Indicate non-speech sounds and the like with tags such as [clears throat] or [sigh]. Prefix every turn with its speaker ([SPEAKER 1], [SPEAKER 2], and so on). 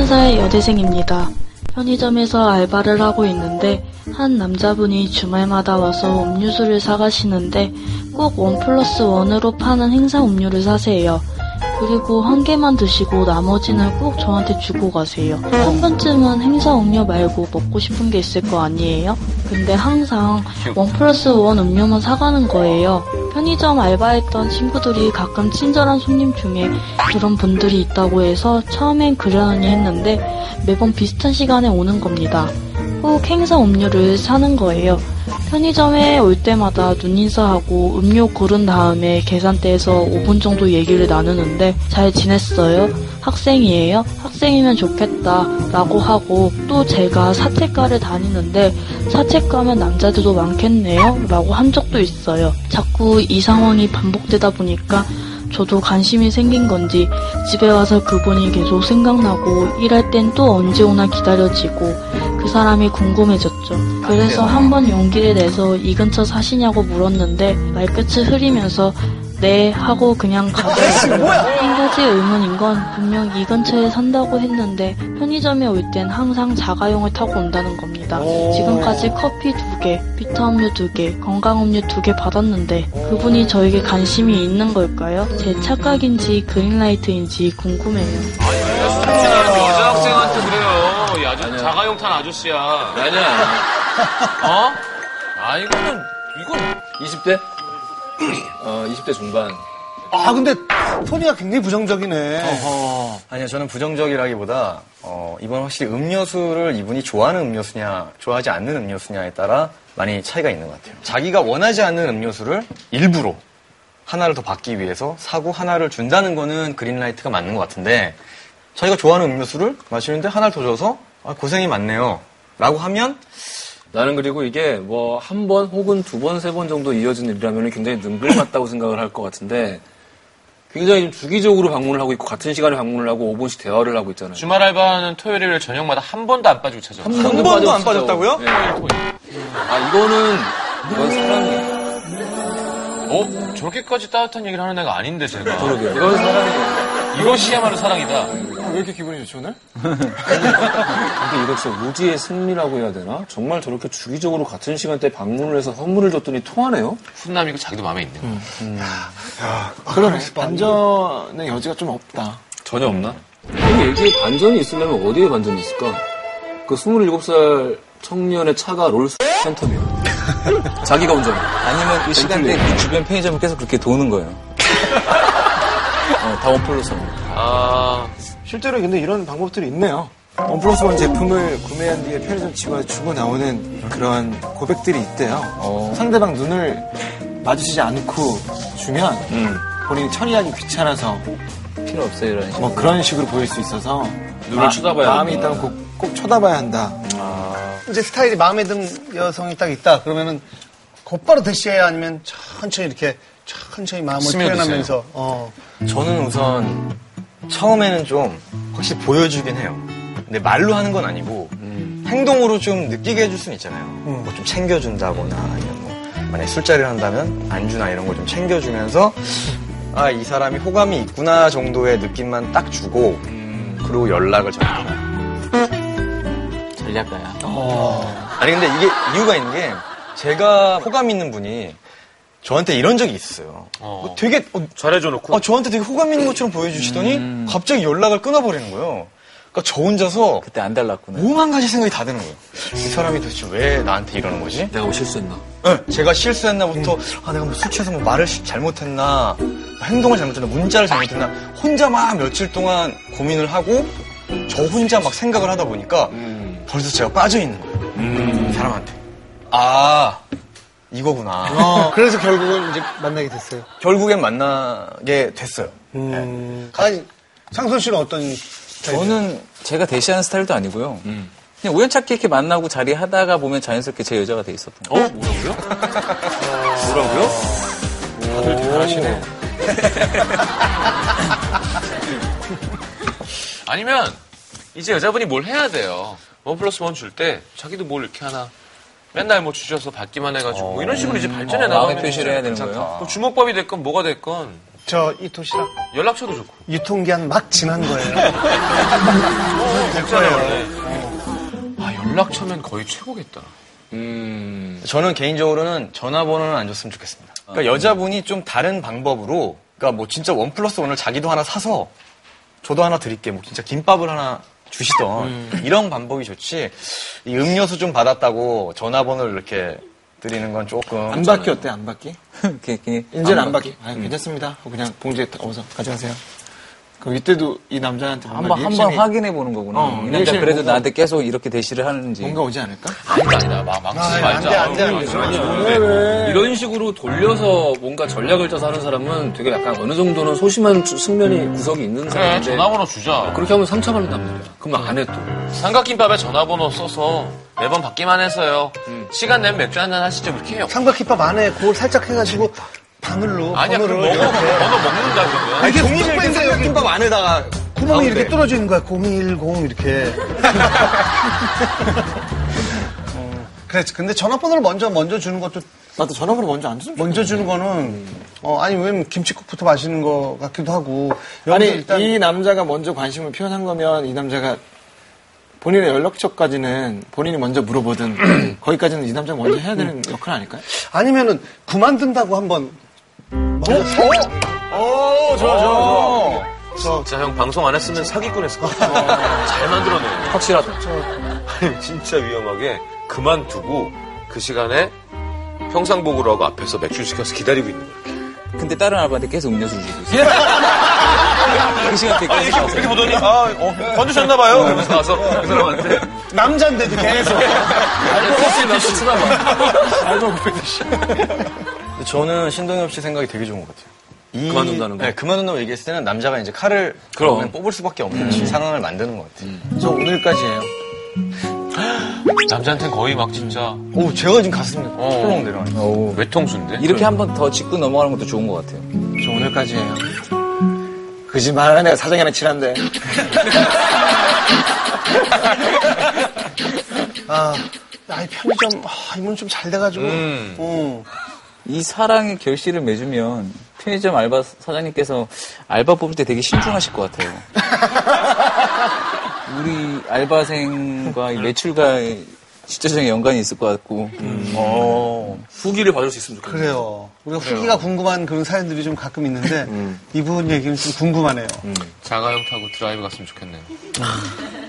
[SPEAKER 1] 회사의 여대생입니다. 편의점에서 알바를 하고 있는데 한 남자분이 주말마다 와서 음료수를 사가시는데 꼭 원 플러스 원으로 파는 행사 음료를 사세요. 그리고 한 개만 드시고 나머지는 꼭 저한테 주고 가세요. 한 번쯤은 행사 음료 말고 먹고 싶은 게 있을 거 아니에요? 근데 항상 원 플러스 원 음료만 사가는 거예요. 편의점 알바했던 친구들이 가끔 친절한 손님 중에 그런 분들이 있다고 해서 처음엔 그러려니 했는데 매번 비슷한 시간에 오는 겁니다. 꼭 행사 음료를 사는 거예요. 편의점에 올 때마다 눈인사하고 음료 고른 다음에 계산대에서 5분 정도 얘기를 나누는데 잘 지냈어요? 학생이에요? 학생이면 좋겠다 라고 하고 또 제가 사채가를 다니는데 사채가면 남자들도 많겠네요 라고 한 적도 있어요. 자꾸 이 상황이 반복되다 보니까 저도 관심이 생긴 건지 집에 와서 그분이 계속 생각나고 일할 땐 또 언제 오나 기다려지고 그 사람이 궁금해졌죠. 그래서 한 번 용기를 내서 이 근처 사시냐고 물었는데 말끝을 흐리면서 네 하고 그냥 가버렸어요. 한 가지 의문인 건 분명 이 근처에 산다고 했는데 편의점에 올 땐 항상 자가용을 타고 온다는 겁니다. 지금까지 커피 두 개, 비타 음료 두 개, 건강 음료 두 개 받았는데 그분이 저에게 관심이 있는 걸까요? 제 착각인지 그린라이트인지 궁금해요.
[SPEAKER 2] 여자 학생한테 그래요. 야, 아주 자가용 탄 아저씨야.
[SPEAKER 3] 아니야.
[SPEAKER 2] 어? 아, 이거는, 이건.
[SPEAKER 3] 20대? [clears throat] 어, 20대 중반.
[SPEAKER 4] 아, 근데 토니가 굉장히 부정적이네.
[SPEAKER 5] 아니요, 저는 부정적이라기보다, 어, 이번 확실히 음료수를 이분이 좋아하는 음료수냐, 좋아하지 않는 음료수냐에 따라 많이 차이가 있는 것 같아요. 자기가 원하지 않는 음료수를 일부러 하나를 더 받기 위해서 사고 하나를 준다는 거는 그린라이트가 맞는 것 같은데, 자기가 좋아하는 음료수를 마시는데 하나를 더 줘서, 아, 고생이 많네요. 라고 하면,
[SPEAKER 3] 나는 그리고 이게 뭐 한 번 혹은 두 번, 세 번 정도 이어진 일이라면 굉장히 능글맞다고 생각을 할 것 같은데 굉장히 좀 주기적으로 방문을 하고 있고 같은 시간에 방문을 하고 5분씩 대화를 하고 있잖아요.
[SPEAKER 2] 주말 알바는 토요일 저녁마다 한 번도 안 빠지고 찾아.
[SPEAKER 3] 한
[SPEAKER 5] 번도 안 빠졌다고요?
[SPEAKER 3] 네. 아, 이거는, 이건 사랑이에요.
[SPEAKER 2] 어? 저렇게까지 따뜻한 얘기를 하는 애가 아닌데, 제가.
[SPEAKER 3] 이건 사랑이에요.
[SPEAKER 2] 이것이야말로 사랑이다.
[SPEAKER 3] 왜 이렇게 기분이 좋죠, 오늘? 근데 이거 진짜 우지의 승리라고 해야 되나? 정말 저렇게 주기적으로 같은 시간대에 방문을 해서 선물을 줬더니 통하네요?
[SPEAKER 2] 훈남이고 자기도 마음에 있네.
[SPEAKER 6] 아, 그러네. 반전의 여지가 좀 없다.
[SPEAKER 3] 전혀 없나? 이 얘기에 반전이 있으려면 어디에 반전이 있을까? 그 27살 청년의 차가 롤스 팬텀이에요. [laughs] 자기가 운전해.
[SPEAKER 7] 아니면 그 시간대에 그 주변 편의점을 계속 그렇게 도는
[SPEAKER 3] [laughs]
[SPEAKER 7] 거예요.
[SPEAKER 3] 어, 다원 플러스.
[SPEAKER 2] 아,
[SPEAKER 6] 실제로 근데 이런 방법들이 있네요. 원 플러스 원 제품을 구매한 뒤에 편의점 직원에 주고 나오는 그런 고백들이 있대요. 상대방 눈을 마주치지 않고 주면 본인이 처리하기 귀찮아서
[SPEAKER 7] 필요 없어요, 이런 식으로.
[SPEAKER 6] 뭐 그런 식으로 보일 수 있어서
[SPEAKER 3] 눈을 쳐다봐야
[SPEAKER 6] 마음이
[SPEAKER 3] 한다.
[SPEAKER 6] 있다면 꼭, 꼭 쳐다봐야 한다.
[SPEAKER 4] 이제 스타일이 마음에 든 여성이 딱 있다. 그러면은 곧바로 대시해야 아니면 천천히 이렇게 천천히 마음을
[SPEAKER 2] 스며드세요.
[SPEAKER 4] 표현하면서 어.
[SPEAKER 5] 저는 우선, 처음에는 좀, 확실히 보여주긴 해요. 근데 말로 하는 건 아니고, 행동으로 좀 느끼게 해줄 수는 있잖아요. 뭐 좀 챙겨준다거나 아니면 뭐 만약 술자리를 한다면 안주나 이런 걸 좀 챙겨주면서 아 이 사람이 호감이 있구나 정도의 느낌만 딱 주고 그리고 연락을 전해요.
[SPEAKER 7] 전략가야.
[SPEAKER 5] 아니 근데 이게 이유가 있는 게 제가 호감 있는 분이 저한테 이런 적이 있어요.
[SPEAKER 2] 어.
[SPEAKER 5] 되게 어,
[SPEAKER 2] 잘해줘놓고.
[SPEAKER 5] 아, 저한테 되게 호감 있는 것처럼 보여주시더니 갑자기 연락을 끊어버리는 거예요. 그러니까 저 혼자서
[SPEAKER 7] 그때 안 달랐구나.
[SPEAKER 5] 오만 가지 생각이 다 드는 거예요. 이 사람이 도대체 왜 나한테 이러는 거지?
[SPEAKER 3] 내가 뭐 실수했나?
[SPEAKER 5] 네, 제가 실수했나부터 아 내가 뭐술 취해서 뭐 말을 시- 잘못했나 행동을 잘못했나 문자를 잘못했나 혼자 막 며칠 동안 고민을 하고 저 혼자 막 생각을 하다 보니까 벌써 제가 빠져 있는 거예요 이 사람한테 아 이거구나
[SPEAKER 4] 아.
[SPEAKER 2] 어.
[SPEAKER 4] 그래서 결국은 이제 만나게 됐어요.
[SPEAKER 5] 결국엔 만나게 됐어요
[SPEAKER 4] 아니 상선 씨는 어떤
[SPEAKER 7] 저는 제가 대시하는 스타일도 아니고요.
[SPEAKER 3] 음.
[SPEAKER 7] 그냥 우연찮게 이렇게 만나고 자리 하다가 보면 자연스럽게 제 여자가 돼 있었던 거예요.
[SPEAKER 3] 어? 뭐라고요? 뭐라고요? 다들 대단하시네.
[SPEAKER 2] [laughs] 아니면, 이제 여자분이 뭘 해야 돼요. 원 플러스 원 줄 때, 자기도 뭘 이렇게 하나. 맨날 뭐 주셔서 받기만 해가지고, 이런 식으로 이제 발전해
[SPEAKER 7] 어, 마음의
[SPEAKER 2] 나가면.
[SPEAKER 7] 표시를 해야 되는
[SPEAKER 2] 괜찮다.
[SPEAKER 7] 거예요?
[SPEAKER 2] 뭐 주먹밥이 됐건 뭐가 됐건
[SPEAKER 4] 저 이 도시락
[SPEAKER 2] 연락처도 좋고.
[SPEAKER 4] 유통기한 막 지난 거예요.
[SPEAKER 2] 있잖아요,
[SPEAKER 4] 될 거예요.
[SPEAKER 2] 원래. 아, 연락처면 거의 최고겠다.
[SPEAKER 5] 저는 개인적으로는 전화번호는 안 줬으면 좋겠습니다. 그러니까 여자분이 좀 다른 방법으로, 그러니까 뭐 진짜 원 플러스 원을 자기도 하나 사서 저도 하나 드릴게, 뭐 진짜 김밥을 하나 주시던
[SPEAKER 3] 음.
[SPEAKER 5] 이런 방법이 좋지. 이 음료수 좀 받았다고 전화번호를 이렇게 드리는 건 조금
[SPEAKER 6] 안 받기 어때? 안 [laughs] 받기?
[SPEAKER 7] 이렇게, 이렇게
[SPEAKER 6] 인제는 안 받기. 아, 괜찮습니다. 하고 그냥 봉지에 딱 어서 가져가세요. 그럼 이때도 이 남자한테 뭔가
[SPEAKER 7] 한번 한번
[SPEAKER 6] 리액션이
[SPEAKER 7] 확인해 보는 거구나.
[SPEAKER 6] 어,
[SPEAKER 7] 이 남자
[SPEAKER 6] 리액션이
[SPEAKER 7] 그래도
[SPEAKER 6] 뭔가-
[SPEAKER 7] 나한테 계속 이렇게 대시를 하는지.
[SPEAKER 6] 뭔가 오지 않을까?
[SPEAKER 2] 아니다, 아니다. 막, 막지
[SPEAKER 4] 안 돼,
[SPEAKER 2] 말자.
[SPEAKER 4] 안 돼, 안 돼.
[SPEAKER 3] 이런 식으로 돌려서 뭔가 전략을 짜서 하는 사람은 되게 약간 어느 정도는 소심한 주- 측면이
[SPEAKER 7] 음.
[SPEAKER 3] 구석이 있는
[SPEAKER 2] 그래,
[SPEAKER 3] 사람인데
[SPEAKER 2] 네, 전화번호 주자.
[SPEAKER 3] 그렇게 하면 상처받는단 말이야. 그럼 안 해 또.
[SPEAKER 2] 삼각김밥에 전화번호 써서 매번 받기만 해서요. 시간 내면 맥주 한잔 하시죠. 이렇게 해요.
[SPEAKER 4] 삼각김밥 안에 그걸 살짝 해가지고 바늘로
[SPEAKER 2] 아니야, 뭐.
[SPEAKER 4] 번호를
[SPEAKER 2] 그럼 먹어.
[SPEAKER 4] 이렇게
[SPEAKER 2] 번호 먹는다, 그러면.
[SPEAKER 4] 이게 종이를
[SPEAKER 3] 음.
[SPEAKER 4] 이렇게 삼각김밥
[SPEAKER 5] 안에다가
[SPEAKER 4] 구멍이 이렇게 뚫어져 있는 거야.
[SPEAKER 2] [laughs]
[SPEAKER 4] 010 이렇게. 어, 그래, 근데 전화번호를 먼저 먼저 주는 것도
[SPEAKER 6] 나도 전화번호 먼저 안 주면
[SPEAKER 4] 먼저 주는 거는 어, 아니 왜냐면 김치국부터 마시는 거 같기도 하고
[SPEAKER 6] 아니
[SPEAKER 4] 여기서 일단
[SPEAKER 6] 이 남자가 먼저 관심을 표현한 거면 이 남자가 본인의 연락처까지는 본인이 먼저 [clears throat] 물어보든 거기까지는 이 남자가 먼저 해야 [clears throat] 되는 역할 아닐까요?
[SPEAKER 4] 아니면은 그만둔다고 한번 어? 먼저
[SPEAKER 2] 어,
[SPEAKER 5] 오, 좋아, 좋아, 좋아.
[SPEAKER 2] 진짜 형 방송 안 했으면 사기꾼 했을 [laughs] 것 같아. 잘 만들어내.
[SPEAKER 3] 확실하다.
[SPEAKER 2] 아니, [laughs] 진짜 위험하게 그만두고 그 시간에 평상복으로 하고 앞에서 맥주 시켜서 기다리고 있는 거야.
[SPEAKER 7] 근데 다른 알바한테 계속 음료수를 주고
[SPEAKER 3] 예.
[SPEAKER 7] 있어요. 그 시간 되게 계속
[SPEAKER 2] 이렇게 보더니, 아, 어, 건드셨나봐요. 그러면서 가서 그 사람한테.
[SPEAKER 4] 남잔데도 계속
[SPEAKER 7] [laughs]
[SPEAKER 5] 근데 저는 신동엽 씨 생각이 되게 좋은 것 같아요. 이-
[SPEAKER 3] 그만둔다는 거?
[SPEAKER 5] 네, 그만둔다고 얘기했을 때는 남자가 이제 칼을
[SPEAKER 3] 그럼. 음.
[SPEAKER 5] 그냥 뽑을 수밖에 없는 상황을 만드는 것 같아요.
[SPEAKER 6] 저 오늘까지예요.
[SPEAKER 2] 남자한테는 거의 막 진짜
[SPEAKER 5] 오, 제가 지금 가슴이
[SPEAKER 3] 어.
[SPEAKER 5] 철렁 내려와요.
[SPEAKER 2] 외통수인데?
[SPEAKER 7] 이렇게 한 번 더 짚고 넘어가는 것도 좋은 것 같아요.
[SPEAKER 6] 저 오늘까지예요. 그지 말하는 애가 사정이 하나 친한데
[SPEAKER 4] 아 아이 편의점 아, 이문 좀 잘 돼가지고 어.
[SPEAKER 7] 이 사랑의 결실을 맺으면 편의점 알바 사장님께서 알바 뽑을 때 되게 신중하실 것 같아요. 우리 알바생과 이 매출과의 실제적인 연관이 있을 것 같고
[SPEAKER 3] 후기를 받을 수 있으면 좋겠다.
[SPEAKER 4] 그래요 음. 우리가 후기가 궁금한 그런 사연들이 좀 가끔 있는데 이분 얘기는 좀 궁금하네요
[SPEAKER 2] 자가용 타고 드라이브 갔으면 좋겠네요.